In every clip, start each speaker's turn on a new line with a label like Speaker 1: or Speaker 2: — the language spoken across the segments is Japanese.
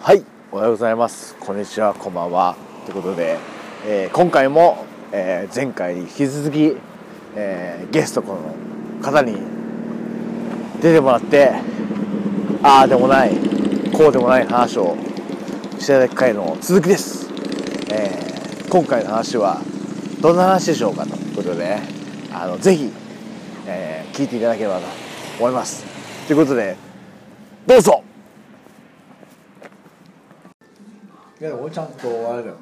Speaker 1: はい、おはようございます。こんにちは、こんばんは。ということで、えー今回も、えー前回に引き続き、えーゲストこの方に出てもらって、ああでもない、こうでもない話をしていただく回の続きです。えー今回の話はどんな話でしょうかということで、ね、あのぜひ、えー聞いていただければと思います。ということで、どうぞいや俺ちゃんとあれだよ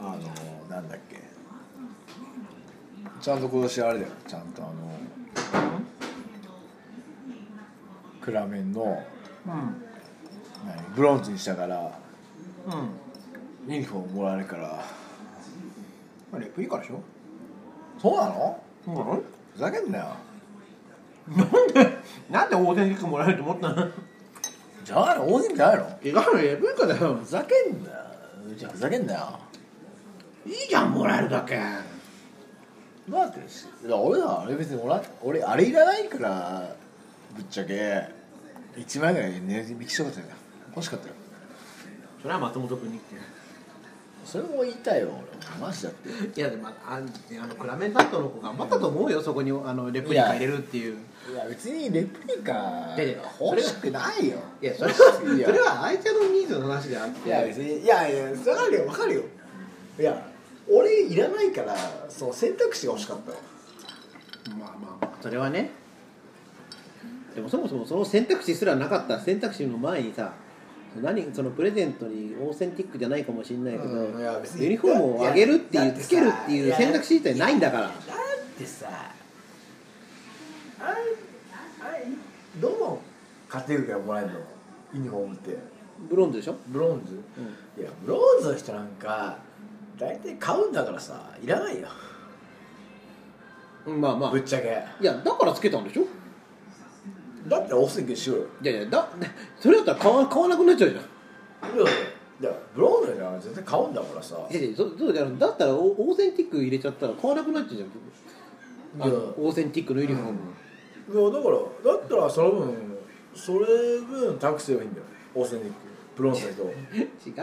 Speaker 1: あのなんだっけちゃんと今年あれだよちゃんとあの暗めの
Speaker 2: うん
Speaker 1: 何ブロンズにしたから
Speaker 2: うん
Speaker 1: ユニフォームもらえるから
Speaker 2: あれプリカでしょ
Speaker 1: そうなの
Speaker 2: そうなの
Speaker 1: ふざけんなよ
Speaker 2: なんでなんで大手肉もらえると思ったの
Speaker 1: じゃあないの大勢じゃないの
Speaker 2: 違うのレプリカだよ
Speaker 1: ふざけんなよじゃあふざけんなよ
Speaker 2: いいじゃんもらえるだけ
Speaker 1: だっていや俺らあれ別にもら俺あれいらないからぶっちゃけ1枚ぐらい値引きしようかったよ欲しかったよ
Speaker 2: それは松本君にっ
Speaker 1: それも言いたいよ俺マジだって
Speaker 2: ていやでもあんあのクラメンタットの子頑張ったと思うよそこにあのレプリカ入れるっていう
Speaker 1: いや別にレプリカ
Speaker 2: いやいや
Speaker 1: 欲しくないよ
Speaker 2: いやそれ
Speaker 1: いや
Speaker 2: はそれは相手のニーズの話であっ
Speaker 1: いや
Speaker 2: て
Speaker 1: 別にいやいや分かるよ分かるよいや俺いらないからその選択肢が欲しかったよ
Speaker 2: まあまあまあそれはねでもそもそもその選択肢すらなかった選択肢の前にさ何そのプレゼントにオーセンティックじゃないかもしれないけど、
Speaker 1: うんいや別に
Speaker 2: ユニフォームをあげるって
Speaker 1: い
Speaker 2: い
Speaker 1: や
Speaker 2: うつけるって
Speaker 1: い
Speaker 2: いう
Speaker 1: や
Speaker 2: 選択肢自体ないんだから
Speaker 1: だってさあれあれどのカテゴリーがもらえるのユニフォームって
Speaker 2: ブロンズでしょ
Speaker 1: ブロンズ、いやブロンズの人なんか大体買うんだからさいらないよ
Speaker 2: まあま
Speaker 1: ぶっちゃけ
Speaker 2: いやだからつけたんでしょ
Speaker 1: だってオフセンしろよ
Speaker 2: いやいやだ それだったら買わ買わなくなっちゃうじゃん
Speaker 1: いやいやブロンズなんか絶対買うんだからさ
Speaker 2: いやいやそそうじゃんだったらオオーセンティック入れちゃったら買わなくなっちゃうじゃんあの
Speaker 1: いや
Speaker 2: オーセンティックのユニフォーム、
Speaker 1: いやだからだったらその分それ分タクすればいいんだよオーセンティックブロンズだけ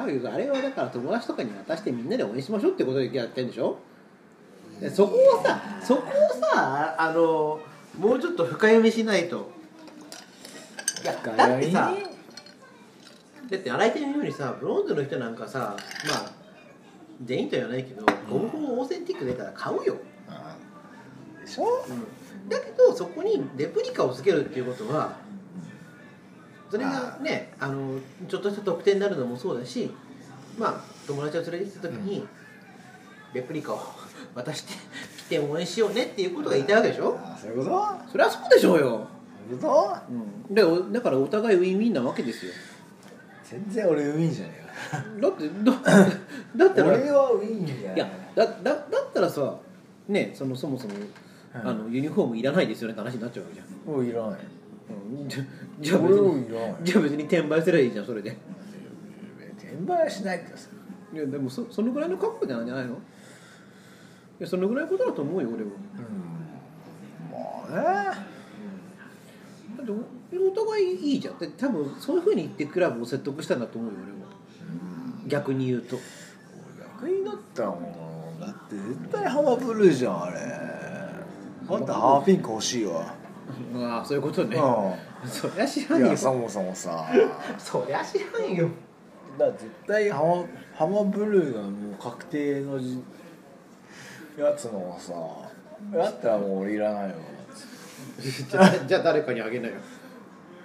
Speaker 1: ど
Speaker 2: 違うよあれはだから友達とかに渡してみんなで応援しましょうってことでやってんでしょでそこをさそこをさあのもうちょっと深読みしないといやだってさだって新井ちゃんのようにさブロンズの人なんかさまあ全員とは言わないけどゴムゴムオーセンティック出たら買うよ、
Speaker 1: あでしょ
Speaker 2: だけどそこにレプリカをつけるっていうことはそれがねあのちょっとした特典になるのもそうだしまあ友達を連れてきた時にレプリカを 渡して来て応援しようねっていうことが言いたいわけでしょ
Speaker 1: あそういうことそ
Speaker 2: そりゃそうでしょうよ、
Speaker 1: ういうこと
Speaker 2: うん、だからだからお互いウィンウィンなわけですよ
Speaker 1: 全然俺ウィンじゃね
Speaker 2: だってだだ
Speaker 1: え
Speaker 2: った
Speaker 1: よ
Speaker 2: ら
Speaker 1: 俺はウィンじゃ
Speaker 2: いやだだだったらさねそのそもそも、
Speaker 1: はい
Speaker 2: あのユニフォームいらないですよねって話になっちゃうわけじゃん
Speaker 1: 俺いらない
Speaker 2: うんじゃじゃあ
Speaker 1: 俺
Speaker 2: 別
Speaker 1: もい
Speaker 2: に
Speaker 1: らない
Speaker 2: じゃあ別に転売すればいいじゃんそれで
Speaker 1: 転売はしないってさ
Speaker 2: いやでもそそのぐらいの覚悟じゃないんじゃないのいやそのぐらいのことだと思うよ俺は
Speaker 1: うんまあね
Speaker 2: だっておお互いいいじゃんで多分そういうふうに言ってクラブを説得したんだと思うよ俺は
Speaker 1: うん
Speaker 2: 逆に言うと
Speaker 1: 逆になったもんだって絶対ハマブルーじゃんあれあんたハーピンク欲しいわ
Speaker 2: ああそういうことね
Speaker 1: う
Speaker 2: そりゃ知ら
Speaker 1: ん
Speaker 2: ん
Speaker 1: い
Speaker 2: よ
Speaker 1: やそもそもさ
Speaker 2: そりゃ知らんよ
Speaker 1: だから絶対ハマハマブルーがもう確定のじやつのさだったらもう俺いらないよ
Speaker 2: じ ゃあじゃあ誰かにあげなよ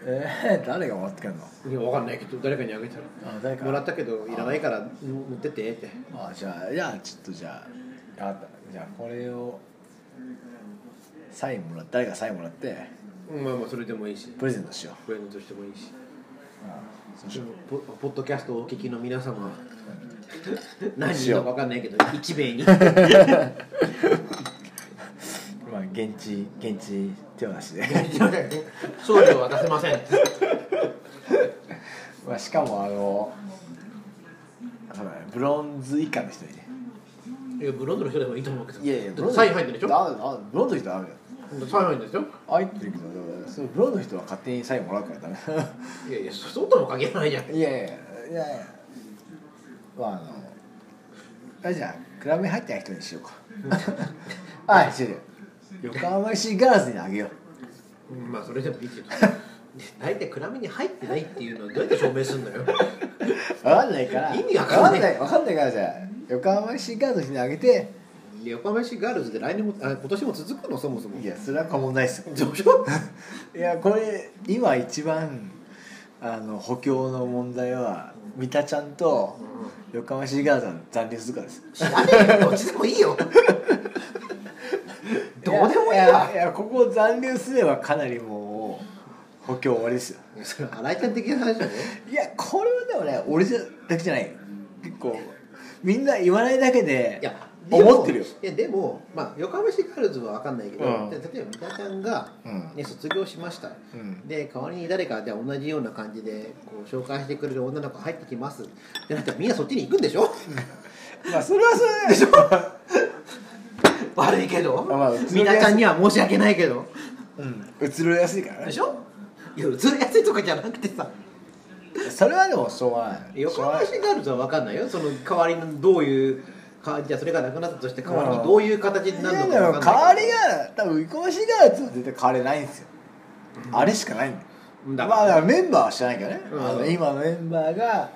Speaker 1: えー、誰がもらってくんの
Speaker 2: いやわかんないけど誰かにあげたら
Speaker 1: あ誰か
Speaker 2: もらったけどいらないから持ってってって
Speaker 1: あじゃあじゃあちょっとじゃああったじゃあこれをサインもらって誰かサインもらって
Speaker 2: まあまあそれでもいいし
Speaker 1: プレゼントしよ
Speaker 2: プレゼントしてもいいし
Speaker 1: う、うん、そうし
Speaker 2: で
Speaker 1: よう
Speaker 2: もポポッドキャストをお聞きの皆様 何
Speaker 1: し
Speaker 2: 人
Speaker 1: よ
Speaker 2: か
Speaker 1: う
Speaker 2: 分かんないけど一名に
Speaker 1: まあ現地現地手を出しで
Speaker 2: 送料は出せません
Speaker 1: まあしかもあのそうだねブロンズ以下の人にね
Speaker 2: いやブロンドの人でもいいと思うけど
Speaker 1: いやいや
Speaker 2: だってサイン入ってるでしょ
Speaker 1: ああブロンズの人はダメだよ
Speaker 2: サイン入ってるでしょ
Speaker 1: 入ってるけどでもそのプロの人は勝手にサインもらうからダメ
Speaker 2: いやいやそうとも限らないじゃん
Speaker 1: いやいやいやいやいやまああのあれじゃあクラブに入ってない人にしようかあ違う違う横浜市ガラスにあげよう
Speaker 2: うんまあそれでもいいけど大体暗めに入ってないっていうのはどうやって証明すんのよ
Speaker 1: 分かんないから
Speaker 2: 意味わかんない
Speaker 1: 分かんないからじゃあ横浜市ガラスにあげて
Speaker 2: 横浜市ガールズで来年もあ今年も続くのそもそも
Speaker 1: いやそれは過問ないっすよ
Speaker 2: でしょ
Speaker 1: いやこれ今一番あの補強の問題は三田ちゃんと横浜市ガラスの残留するからです
Speaker 2: 知らねえよどっちでもいいよどうでもいい
Speaker 1: やや
Speaker 2: わ
Speaker 1: いやここ残留すればかなりもう補強終わりですよ
Speaker 2: それ新井ちゃん的な話だね
Speaker 1: いやこれはでもね俺じゃだけじゃないよ結構みんな言わないだけで
Speaker 2: いやでも
Speaker 1: 思ってるよ
Speaker 2: いやでも、まあ、横浜市ガールズは分かんないけど、
Speaker 1: うん
Speaker 2: で例えば三田ちゃんが、
Speaker 1: うん
Speaker 2: ね、卒業しました、
Speaker 1: うん
Speaker 2: で代わりに誰かじゃあ同じような感じでこう紹介してくれる女の子入ってきますってなったらみんなそっちに行くんでしょ
Speaker 1: まあそれはそれでしょ
Speaker 2: 悪いけど、
Speaker 1: まあうちの
Speaker 2: みなちゃんには申し訳ないけど
Speaker 1: うん移ろいやすいから
Speaker 2: で
Speaker 1: ね
Speaker 2: しょいや映りやすいとかじゃなくてさ
Speaker 1: それはでもしょうがない
Speaker 2: 横浜
Speaker 1: し
Speaker 2: 市ガールズは分かんないよその代わりのどういうかじゃあそれがなくなったとして代わりにどういう形に
Speaker 1: ょうが
Speaker 2: なる
Speaker 1: な
Speaker 2: の
Speaker 1: いい
Speaker 2: か
Speaker 1: やでも変わ
Speaker 2: 分かんない
Speaker 1: りが多分横浜市ガールズは絶対変われないんですよあれしかないんだよ
Speaker 2: だ
Speaker 1: まあだからメンバーは知らないけどね、
Speaker 2: うん
Speaker 1: あの今のメンバーが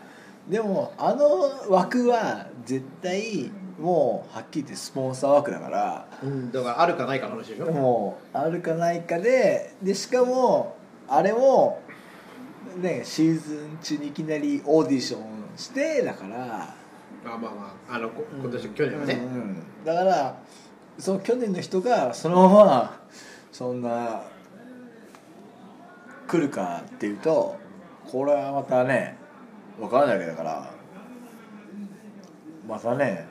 Speaker 1: でもあの枠は絶対もうはっきり言ってスポンサー枠だから
Speaker 2: うん、だからあるかないかの話でしょ
Speaker 1: もうあるかないかででしかもあれもねシーズン中にいきなりオーディションしてだから
Speaker 2: まあまあまああのこ今年、去年はね、
Speaker 1: うんうんだからその去年の人がそのままそんな来るかっていうとこれはまたね分からないわけだからまたね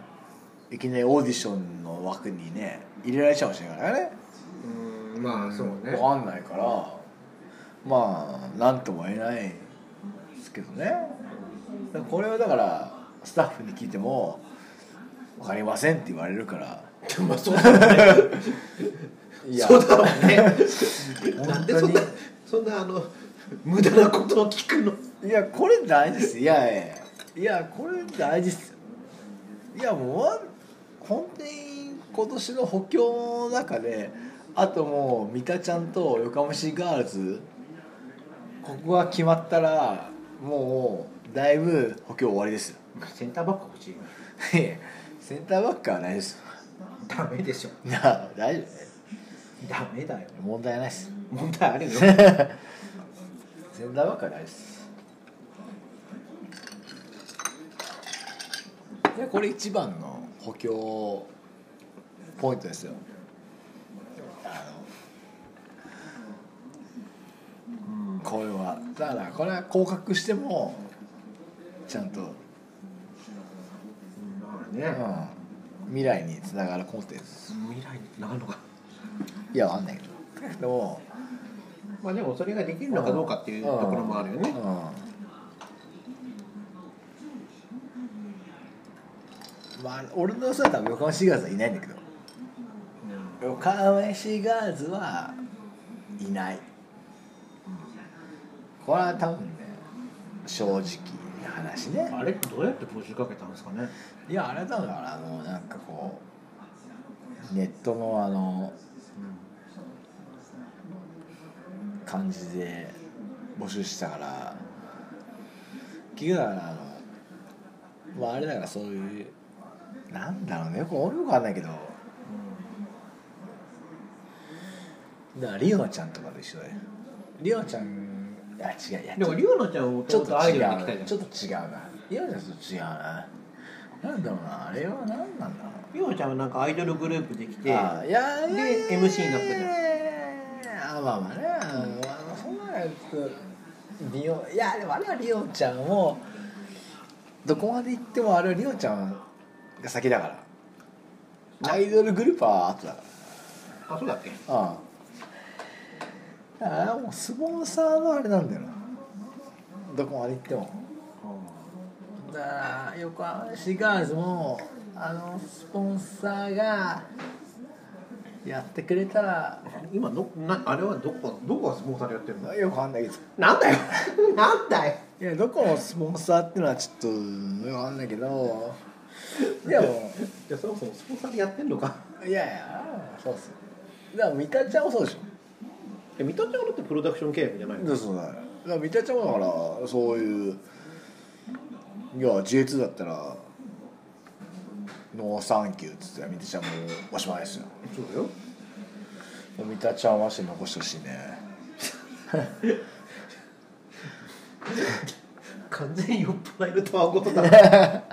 Speaker 1: いきなりオーディションの枠にね入れられちゃうかもしれないからね
Speaker 2: うーんまあそうね
Speaker 1: 分かんないからまあなんとも言えないですけどねだからこれはだからスタッフに聞いても「分かりません」って言われるから
Speaker 2: まあそうだろうね
Speaker 1: いや
Speaker 2: そうだろうね
Speaker 1: 本当に
Speaker 2: なんでそんなそんなあの無駄なことを聞くの
Speaker 1: いやこれ大事ですいやいやいやこれ大事っすいやもう本当に今年の補強の中であともう三田ちゃんと横浜市ガールズここが決まったらもうだいぶ補強終わりですよ
Speaker 2: センターバック欲しい
Speaker 1: いやセンターバックはないです
Speaker 2: ダメでしょ
Speaker 1: よな大丈夫です
Speaker 2: ダメだよ
Speaker 1: 問題ないです
Speaker 2: 問題あ るよ
Speaker 1: センターバックはないですでこれ一番の補強ポイントですよあのこれはだからこれは降格してもちゃんと、
Speaker 2: まあ
Speaker 1: う
Speaker 2: ね
Speaker 1: ん、未来につながるコンテンツ
Speaker 2: 未来につながるのか
Speaker 1: いやわかんないけどでも
Speaker 2: まあでもそれができるのかどうかっていうところもあるよね
Speaker 1: うんまあ俺の予想だったら横浜シガーズはいないんだけど横浜シガーズはいない、これは多分ね正直な話ね
Speaker 2: あれどうやって募集かけたんですかね
Speaker 1: いやあれだからあのなんかこうネットのあの感じで募集してたから結局だからあのまああれだからそういうなんだろうねよく俺よくわかんないけどだからリオナちゃんとかと一緒だよリオナちゃんあ違ういや
Speaker 2: でもリオナちゃんを
Speaker 1: ち
Speaker 2: ち
Speaker 1: ょ
Speaker 2: ょ
Speaker 1: っ
Speaker 2: っ
Speaker 1: と
Speaker 2: とアイ
Speaker 1: 違
Speaker 2: ド
Speaker 1: うな
Speaker 2: ルで来たじゃん
Speaker 1: ちょっと違うな今のやつと違うななんだろうなあれは何なんだろう
Speaker 2: リオナちゃんはなんかアイドルグループで来て
Speaker 1: あーいやいやいや
Speaker 2: で MC になったじ
Speaker 1: ゃんあまあまあね、あのそんなやつリオいやでもあれはリオちゃんもどこまで行ってもあれはリオちゃんが先だからアイドルグループは後だから
Speaker 2: あそうだっけ
Speaker 1: ああだからもうスポンサーのあれなんだよなどこまで行ってもだから横浜シガールズもあのスポンサーがやってくれたら
Speaker 2: 今どなあれはどこどこがスポンサーでやってるの
Speaker 1: よくわかんないけど
Speaker 2: なんだよ なんだよ
Speaker 1: いやどこもスポンサーってのはちょっとよくわかんないけどでも
Speaker 2: じゃあそもそもスポンサーでやってんのか
Speaker 1: いやいやそうっすだから三田ちゃんもそうでしょ
Speaker 2: え三田ちゃんだってプロダクション契約じゃないの
Speaker 1: そうそうだだから三田ちゃんもだからそういういや J2 だったらノーサンキューっつってたら三田ちゃんもおしまいですよ
Speaker 2: そうだよ
Speaker 1: もう三田ちゃんはして残してほしいね
Speaker 2: 完全に酔っ払いのたわごとだな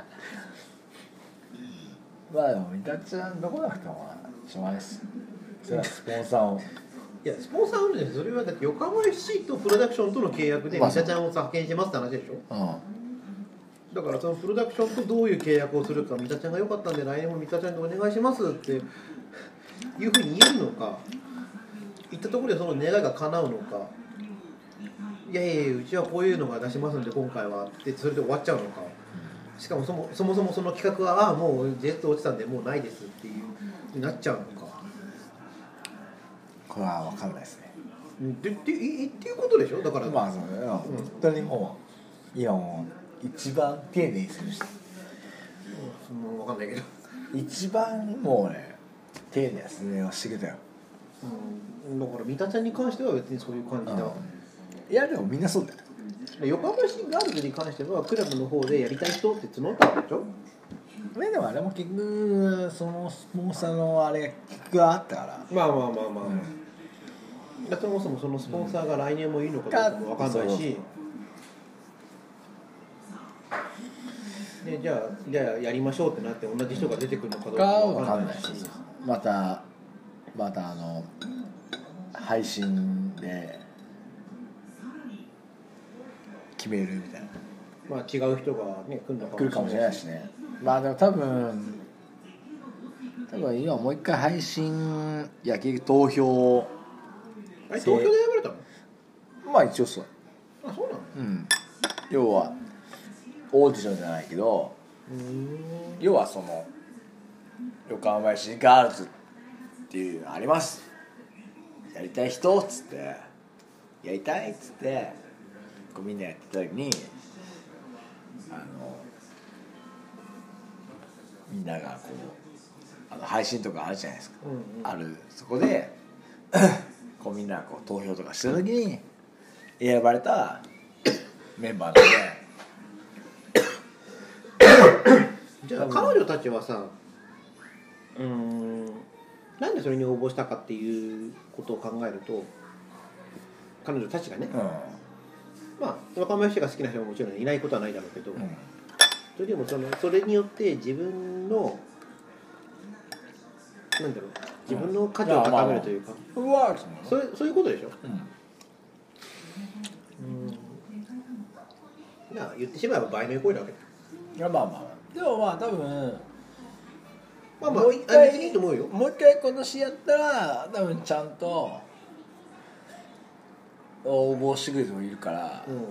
Speaker 1: まあでも三田ちゃん残らなくてもおしまいですそれはスポンサーを
Speaker 2: いやスポンサーうんじゃないそれはだって横浜 FC とプロダクションとの契約で
Speaker 1: まあ
Speaker 2: 三田ちゃんを派遣してますって話でしょ
Speaker 1: うん
Speaker 2: だからそのプロダクションとどういう契約をするか三田ちゃんが良かったんで来年も三田ちゃんでお願いしますっていうふうに言えるのか言ったところでその願いが叶うのかいやいやいやうちはこういうのが出しますんで今回はってそれで終わっちゃうのかしかもそもそもそもその企画はああもう J2 落ちたんでもうないですっていうふうになっちゃうのか
Speaker 1: これは分かんないですね
Speaker 2: でっていっていうことでしょだから、
Speaker 1: まあその、うん、本当にもう今もう一番丁寧にする人
Speaker 2: その分かんないけど、
Speaker 1: 一番もうね丁寧な説明をしてきたよ
Speaker 2: うん、だから三田ちゃんに関しては別にそういう感じだ、
Speaker 1: いやでもみんなそうだよ
Speaker 2: 横浜市ガールズに関してはクラブの方でやりたい人って募ったわけでしょ
Speaker 1: でもあれも結局そのスポンサーのあれが結局あったから
Speaker 2: まあまあまあまあ、だからそもそもそのスポンサーが来年もいいのかどうかも分かんないし、でじゃあじゃあやりましょうってなって同じ人が出てくるのかどうか
Speaker 1: が
Speaker 2: も
Speaker 1: 分
Speaker 2: 分
Speaker 1: か
Speaker 2: か
Speaker 1: ん
Speaker 2: ん
Speaker 1: な
Speaker 2: ない
Speaker 1: い
Speaker 2: し
Speaker 1: しまたまたあの配信で決めるみたいな
Speaker 2: まあ違う人がね来るのか
Speaker 1: 来るかもしれないしねまあでも多分多分今もう一回配信野球投票
Speaker 2: あれ東京で選ばれたの
Speaker 1: まあ一応そう
Speaker 2: あそうなの
Speaker 1: うん要はオーディションじゃないけど
Speaker 2: うん
Speaker 1: 要はその横浜市ガールズっていうのありますやりたい人っつってやりたいっつってこうみんなやってた時にあのみんながこうあの配信とかあるじゃないですか、
Speaker 2: うんうん
Speaker 1: あるそこで こうみんなこう投票とかした時に選ばれたメンバーなんで。
Speaker 2: じゃあ彼女たちはさうーんなんでそれに応募したかっていうことを考えると彼女たちがね、
Speaker 1: う
Speaker 2: まあ若林が好きな人ももちろんいないことはないだろうけど、
Speaker 1: んうん
Speaker 2: それでもそのそれによって自分のなんだろう自分の価値を高めるというか、
Speaker 1: うわ
Speaker 2: それそういうことでしょまあ言ってしまえば売名行為なわけだ
Speaker 1: いやまあまあでもまあ多分
Speaker 2: まあまあ
Speaker 1: もう一回
Speaker 2: あ別にいいと思うよ
Speaker 1: もう一回今年やったら多分ちゃんと応募してくれる人もいるから、
Speaker 2: うん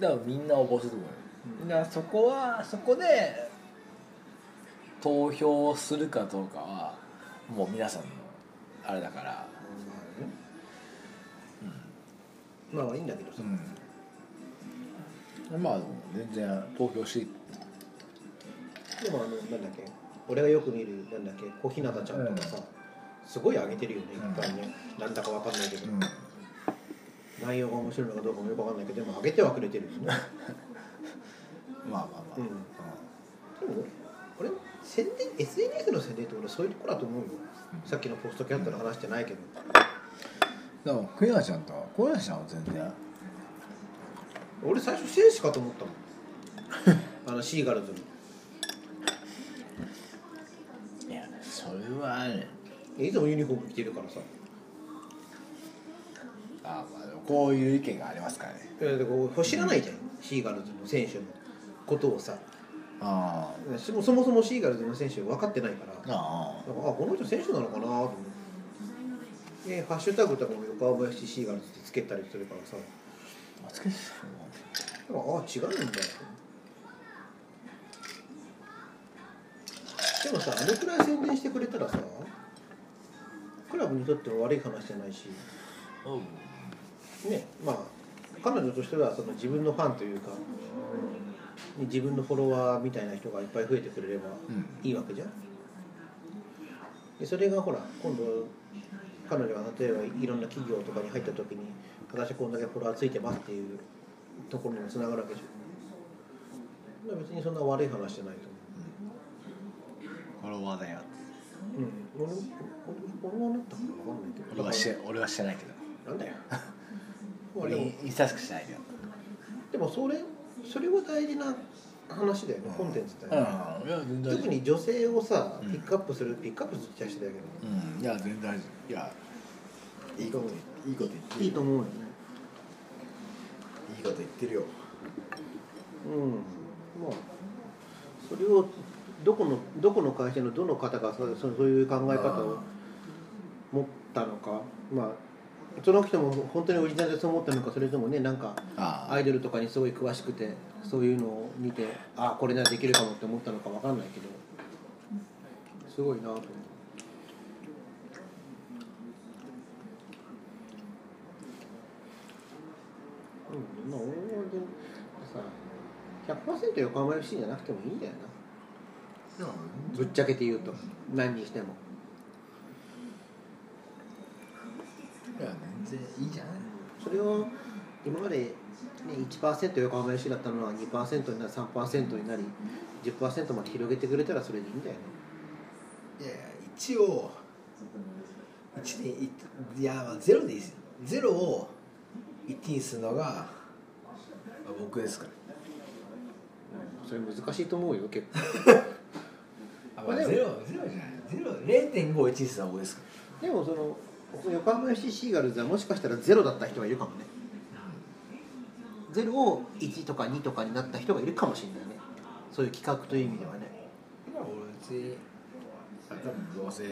Speaker 1: 多分みんな応募すると思うよだからそこはそこで投票するかどうかはもう皆さんのあれだから
Speaker 2: まあまあいいんだけどさ、
Speaker 1: うんまあ全然投票して
Speaker 2: でもあのなんだっけ俺がよく見るなんだっけ小日向ちゃんとかさ、すごい上げてるよね
Speaker 1: うん
Speaker 2: 一回ね、なんだかわかんないけど、
Speaker 1: うん
Speaker 2: 内容が面白いのかどうかもよくわかんないけどでも上げてはくれてるよね
Speaker 1: まあまあまあ、
Speaker 2: うんでも俺宣伝 SNS の宣伝って俺そういうところだと思うよ、さっきのポストキャットの話じゃないけど、
Speaker 1: でもクイナちゃんとはクイナちゃんは全然
Speaker 2: 俺最初戦士かと 思ったもんあのシーガルズの
Speaker 1: いやそれはね
Speaker 2: いつもユニフォーム着てるからさ
Speaker 1: あまあでもこういう意見がありますからね
Speaker 2: えーだから俺知らないじゃん、シーガルズの選手のことをさ
Speaker 1: あ
Speaker 2: そもそもそもシーガルズの選手分かってないから
Speaker 1: ああ
Speaker 2: なんかあこの人選手なのかなと思ってでハッシュタグとかも横浜 FC シーガルズってつけたりするからさ
Speaker 1: あ懐かしい
Speaker 2: ああ違うんだでもさあのくらい宣伝してくれたらさクラブにとっては悪い話じゃないしねまあ彼女としてはその自分のファンというか自分のフォロワーみたいな人がいっぱい増えてくれればいいわけじゃん、でそれがほら今度彼女が例えばいろんな企業とかに入った時に私こんだけフォロワーついてますっていうところにもつながるわけじゃんまあ別にそんな悪い話じゃないと思う
Speaker 1: フォロワーだよ
Speaker 2: うん、俺俺俺はなったから分かんないけど
Speaker 1: 俺はして俺はしてないけど
Speaker 2: なんだよまあで
Speaker 1: 俺
Speaker 2: も
Speaker 1: インスタしかしてないよ
Speaker 2: でもそれそれは大事な話だよね、コンテンツだよね、
Speaker 1: うんいや全然大丈夫
Speaker 2: 特に女性をさ
Speaker 1: うん
Speaker 2: ピックアップする、ピックアップするって言っちゃ失礼だ
Speaker 1: う
Speaker 2: け
Speaker 1: んいや全然大丈夫いやいいこと言っていいこと言って
Speaker 2: ど
Speaker 1: る
Speaker 2: いいと思うよね
Speaker 1: いいこと言ってるよ
Speaker 2: うんまあそれをどこのどこの会社のどの方がさそそういう考え方を持ったのかまあその人も本当にオリジナルでそう思ったのかそれともねなんか
Speaker 1: あ
Speaker 2: アイドルとかにすごい詳しくてそういうのを見てああこれならできるかもって思ったのかわかんないけどすごいなと思ってうんまあ俺はでもさ100%横浜 FC じゃなくてもいいんだよ
Speaker 1: でも
Speaker 2: なぶっちゃけて言うと何にしても
Speaker 1: いや全然いいじゃない
Speaker 2: それを今まで、ね、1%横浜 FC だったのは2%になり3%になり10%まで広げてくれたらそれでいいんだよね
Speaker 1: いやいや一応一でいいやまあゼロでいいですゼロを1にするのがまあ僕ですから
Speaker 2: それ難しいと思うよ結構
Speaker 1: あ
Speaker 2: まあでも
Speaker 1: ゼロゼロじゃないゼロ0.5を1にするのは僕ですか
Speaker 2: でもその横浜 FC シーガルズはもしかしたらゼロだった人がいるかもねゼロを1とか2とかになった人がいるかもしれないねそういう企画という意味ではね
Speaker 1: ら俺別に多分どうせ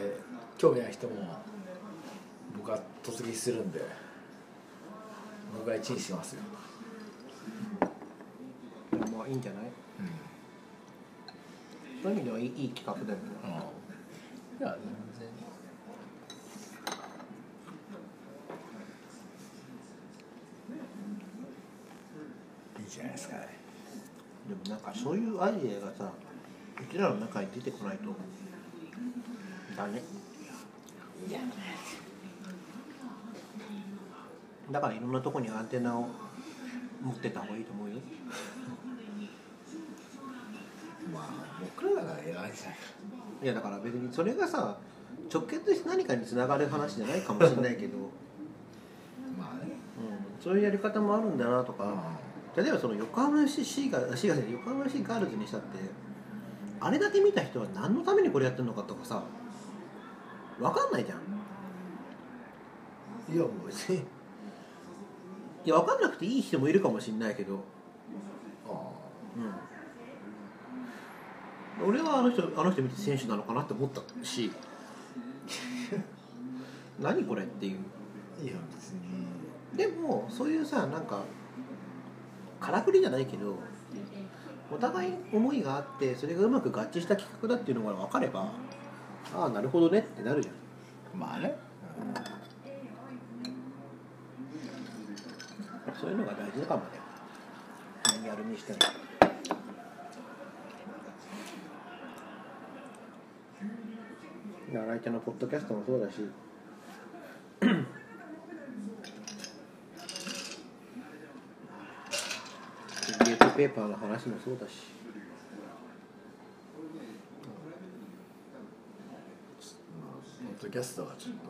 Speaker 1: 興味ない人も僕は突撃するんで僕は1にしますよ、
Speaker 2: でもまあいいんじゃないそういう意味ではいいいい企画だよね
Speaker 1: いや全然いいじゃないですかね
Speaker 2: でもなんかそういうアイデアがさうちらの中に出てこないとだねだからいろんなとこにアンテナを持ってた方がいいと思うよ
Speaker 1: まあ僕らだから偉いじゃない
Speaker 2: いやだから別にそれがさ直結して何かにつながる話じゃないかもしれないけど、 うん、
Speaker 1: まあね
Speaker 2: そういうやり方もあるんだなと
Speaker 1: うん
Speaker 2: か、例えばその横浜 FC シーガーシーガーじゃない横浜 FC ガールズにしたってあれだけ見た人は何のためにこれやってるのかとかさ分かんないじゃん
Speaker 1: いやもう別に
Speaker 2: いや分かんなくていい人もいるかもしれないけど、
Speaker 1: あ
Speaker 2: うん、俺はあの人あの人見て選手なのかなって思ったし 何これっていう
Speaker 1: いや別に
Speaker 2: でもそういうさなんかからくりじゃないけどお互い思いがあってそれがうまく合致した企画だっていうのが分かればああなるほどねってなるじゃん
Speaker 1: まあね
Speaker 2: そういうのが大事かもね何やるにしてもだから相手のポッドキャストもそうだしゲートペーパーの話もそうだし
Speaker 1: ポッドキャストはちょっと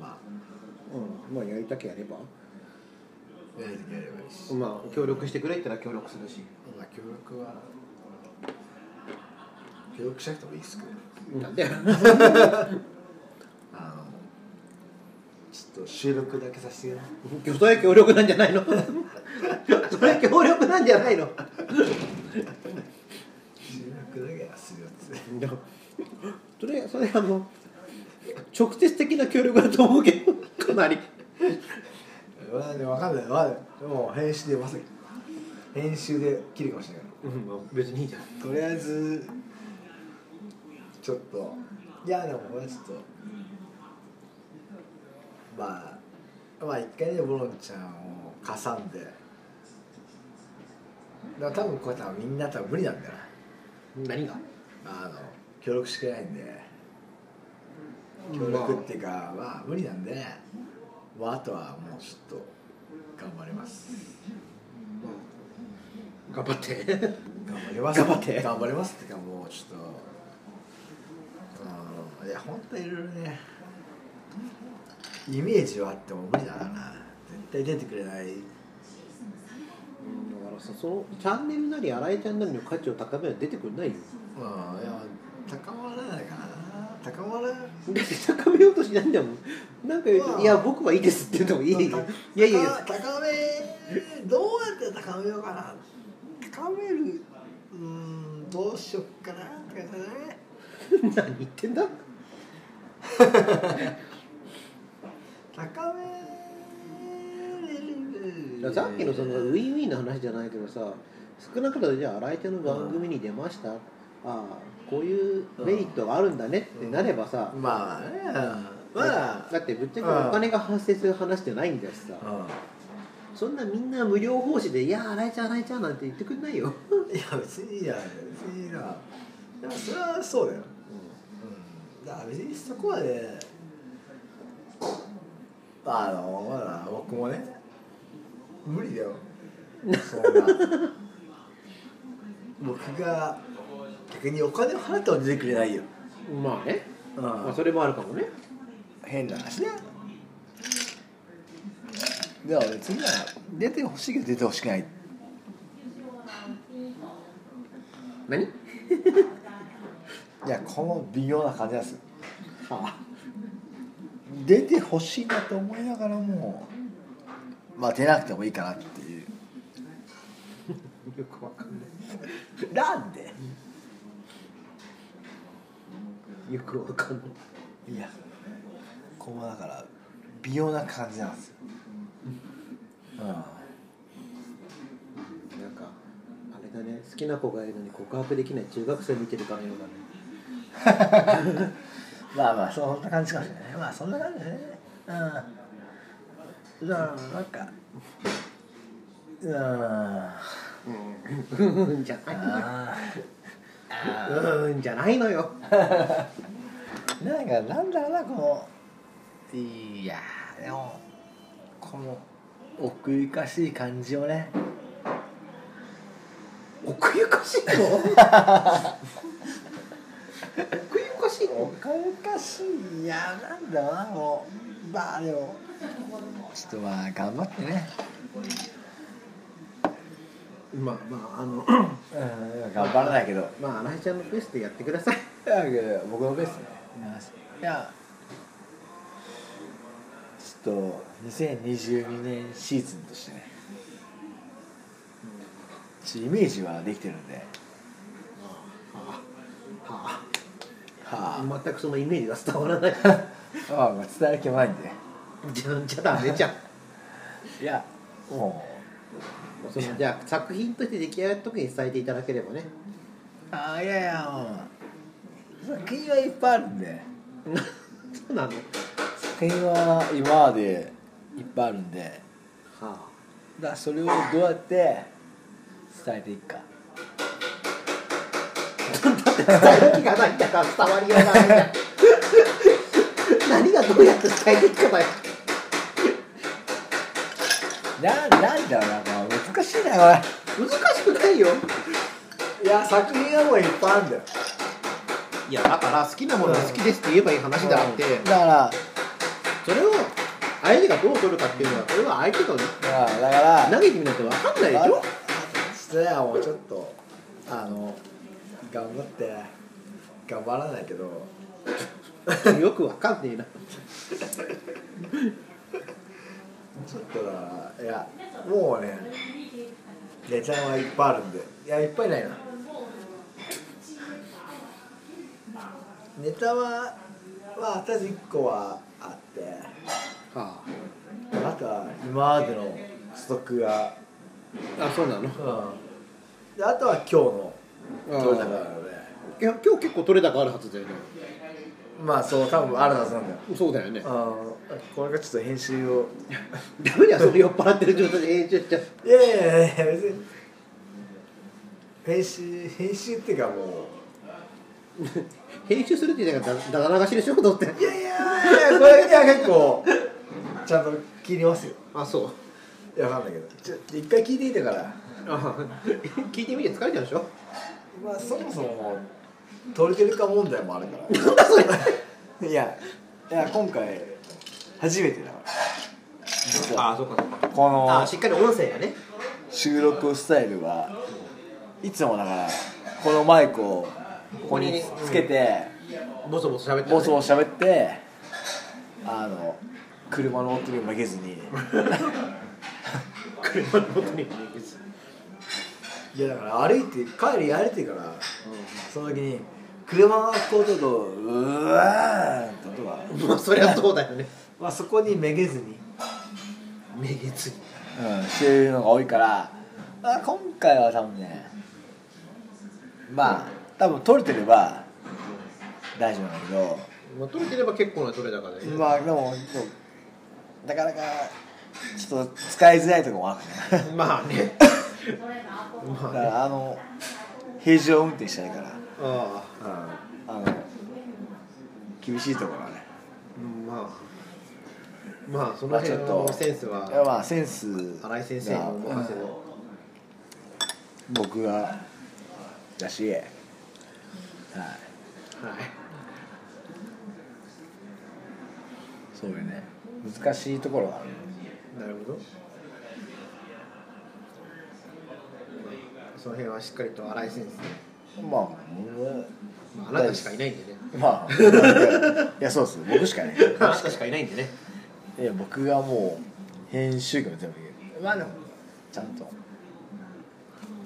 Speaker 1: ま
Speaker 2: うんまあやりたけやれば
Speaker 1: あやりたければいいし
Speaker 2: まあ協力してくれって言ったら協力するし
Speaker 1: まあ協力は協力しなくてもいいっすけど
Speaker 2: なん で
Speaker 1: あのちょっと収録だけさせてよ
Speaker 2: それ協力なんじゃないの それ協力なんじゃないの
Speaker 1: 収録だけはするよっ つって
Speaker 2: でもそれそれあの直接的な協力だと思うけどかなり
Speaker 1: わかんないわかんないわかんないもう編集でまさか編集で切るかもしれない
Speaker 2: うん別にいいじゃん
Speaker 1: とりあえずちょっといやでもこれはちょっとまあまあ一回ねボロンちゃんをかさんでだから多分これ多分みんな多分無理なんだよ
Speaker 2: 何が
Speaker 1: なあの協力してくれないんで協力っていうかまあ無理なんでまああとはもうちょっと頑張ります
Speaker 2: 頑張って
Speaker 1: 頑張ります
Speaker 2: 頑張って
Speaker 1: 頑張りますっていうかもうちょっとうんいや本当いろいろねイメージはあっても無理だからな絶対出てくれない
Speaker 2: だからさそのチャンネルなり新井ちゃんなりの価値を高める出てくんないよ
Speaker 1: うんいや高まらないかな高まら
Speaker 2: だって高めようとしないんだもんなんか言うと
Speaker 1: ま
Speaker 2: 「
Speaker 1: あ
Speaker 2: いや僕はいいです」って言っても「いやいやいやいやいや
Speaker 1: 高高めどうやって高めようかな高めるうんどうしよっかなとかね
Speaker 2: 何言ってんだ?」
Speaker 1: 高めれ
Speaker 2: だから
Speaker 1: る
Speaker 2: さっきのそのウィンウィンの話じゃないけどさ少なからずじゃあ新井ちゃんの番組に出ました、ああこういうメリットがあるんだねってなればさ、
Speaker 1: まあねまあ
Speaker 2: だってぶっちゃけお金が発生する話じゃないんだしさ、そんなみんな無料奉仕で「いや新井ちゃん新井ちゃん」なんて言ってくんないよ、
Speaker 1: いや別にいいや別にいいなでもそれはそうだよ、うん、だから別にそこはねあのまだ僕もね無理だよそんな僕が逆にお金を払っても出てくれないよ、
Speaker 2: まあね、
Speaker 1: うん
Speaker 2: まあ、それもあるかもね
Speaker 1: 変な話ねでも別には出てほしいけど出てほしくない
Speaker 2: 何
Speaker 1: いやこの微妙な感じなんですよ
Speaker 2: は
Speaker 1: 出てほしいなと思いながらもまあ出なくてもいいかなっていう
Speaker 2: あよくわかんない
Speaker 1: なんで
Speaker 2: よくわかんない
Speaker 1: いやこうだから微妙な感じなんですよ、
Speaker 2: なんかあれだね好きな子がいるのに告白できない中学生見てるかのようだね
Speaker 1: うん、まあまあそんな感じかもしれないまあそんな感じですねうんじゃあなんかうんあ
Speaker 2: うんじゃないのようんじゃないのよ
Speaker 1: ーなんかなんだろうなこのいやーでもこの奥ゆかしい感じをね
Speaker 2: 奥ゆかしい の奥ゆかしいの
Speaker 1: かゆかしいいやなんだろうなもうまあでもちょっとまあ頑張ってね
Speaker 2: まあまああの
Speaker 1: うん頑張らないけど
Speaker 2: まあ新井ちゃんのペースでやってください
Speaker 1: だけど僕のベストねいやちょっと2022年シーズンとしてねちょっとイメージはできてるんで
Speaker 2: は
Speaker 1: は
Speaker 2: あ全くそのイメージが伝わらない
Speaker 1: あ、まあまあ伝える気もないんで
Speaker 2: じゃんじゃダメじゃん
Speaker 1: いやも
Speaker 2: そのじゃあ作品として出来上がった時に伝えていただければ ね
Speaker 1: うあいやいやもう作品はいっぱいあるんで
Speaker 2: なそうなのは
Speaker 1: 作品は今までいっぱいあるんで
Speaker 2: あ
Speaker 1: だからそれをどうやって伝えていくか
Speaker 2: 伝える気がないんだから伝わりようがないんだ 何がどうやって伝えていくかだよ
Speaker 1: ななんだろうな、まあ、難しいなこ
Speaker 2: 難しくないよ
Speaker 1: れいや作品はもういっぱいあるんだよ
Speaker 2: いやだから好きなものが好きですって言えばいい話であって
Speaker 1: だから
Speaker 2: それを相手がどう取るかっていうのはこれは相手が
Speaker 1: まあだから
Speaker 2: 投げてみないと分かんないでし
Speaker 1: あ
Speaker 2: ょ
Speaker 1: それはもうちょっとあの頑張って頑張らないけど
Speaker 2: よくわかんねえな
Speaker 1: ちょっとだからいやもうねネタはいっぱいあるんでいやいっぱいないなネタはまあとりあえず1個はあって
Speaker 2: は
Speaker 1: あとは今までのストックが、
Speaker 2: ああそうなの
Speaker 1: うん、であとは今日の取れたからね
Speaker 2: いや今日結構取れ高あるはずだよね
Speaker 1: まあそう多分あるはずなんだよ
Speaker 2: そうだよね
Speaker 1: あーこれがちょっと編集を
Speaker 2: ダメだよその酔っ払ってる状態で編集しちゃう
Speaker 1: いやいやいや別に編集編集っていうかも
Speaker 2: 編集するって言いながらだだだ流しでしょとって
Speaker 1: ういやいやいやこれには結構ちゃんと切りますよ
Speaker 2: あそう
Speaker 1: いやわかんないけどちょ一回聞いてみたから
Speaker 2: あ聞いてみて疲れちゃうでしょ
Speaker 1: まあそもそも撮れてるか問題もあるから
Speaker 2: なんだそれ
Speaker 1: いやいや今回初めてだか
Speaker 2: あそうかそうから
Speaker 1: この
Speaker 2: あしっかり音声がね
Speaker 1: 収録スタイルはいつもだからこのマイクをここにつけて
Speaker 2: ボソボソ喋って
Speaker 1: ボソボソ喋ってあの車の音に負けず に
Speaker 2: 車の音に聞いてる
Speaker 1: いやだから歩いて帰り歩いてから、その時に車がこうちょっとうわーんって音 が
Speaker 2: まあそりゃそうだよね
Speaker 1: まあそこにめげずに
Speaker 2: めげつに
Speaker 1: うん、してるのが多いから、あ、今回は多分ねまあ多分取れてれば大丈夫なんだけど
Speaker 2: まあ取れてれば結構な取れ高で
Speaker 1: まあでもでもなかなかちょっと使いづらいとこもあるね
Speaker 2: まあね
Speaker 1: だ
Speaker 2: ま
Speaker 1: か
Speaker 2: あね
Speaker 1: らあの平常運転したいから、
Speaker 2: あ
Speaker 1: あの厳しいところはね
Speaker 2: あうんまあまあそ
Speaker 1: まあ
Speaker 2: の
Speaker 1: ちょ
Speaker 2: 辺
Speaker 1: っと
Speaker 2: のセンスはい
Speaker 1: やまあセンス
Speaker 2: 新井先生にお任せの
Speaker 1: 僕がだしはい
Speaker 2: はい
Speaker 1: そうよね難しいところはある
Speaker 2: なるほどその辺はしっかりと新井先
Speaker 1: まあ、俺は
Speaker 2: 生、まあ、あなたしかいないんでね
Speaker 1: まあ、いやいや、そうっす、僕しかね。
Speaker 2: あなたしかいないんでね
Speaker 1: いや、僕がもう、編集が全部言う。まあ、でも、ちゃんと。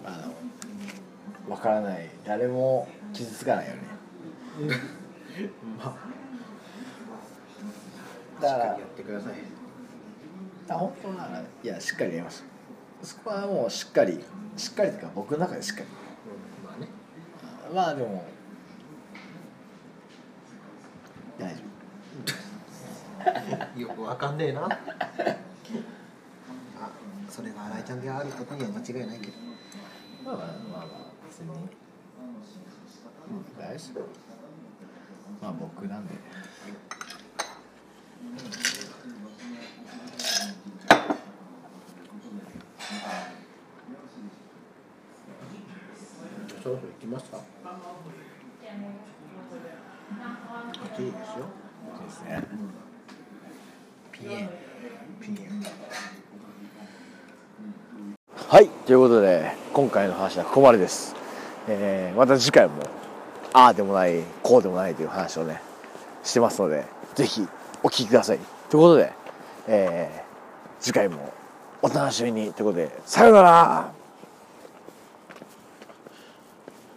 Speaker 1: あの。わからない、誰も傷つかないよ ね。
Speaker 2: まあ
Speaker 1: だ
Speaker 2: し
Speaker 1: か
Speaker 2: っからりやってください
Speaker 1: あ、本当は、いや、しっかりやりました。そこはもう、しっかり、しっかりというか、僕の中でしっかり。
Speaker 2: うんまあね
Speaker 1: まあ、でも。大丈夫。
Speaker 2: よくわかんねえ なあそれが新井ちゃんであることには間違いないけど
Speaker 1: まあまあまあまあ別に、大丈夫まあ僕なんで
Speaker 2: そろそろ行きますか暑いですよ
Speaker 1: そうですね
Speaker 2: ピエンピエン
Speaker 3: はいということで今回の話はここまでです、えーまた次回もああでもないこうでもないという話をねしてますのでぜひお聞きくださいということで、えー次回もお楽しみにということでさようなら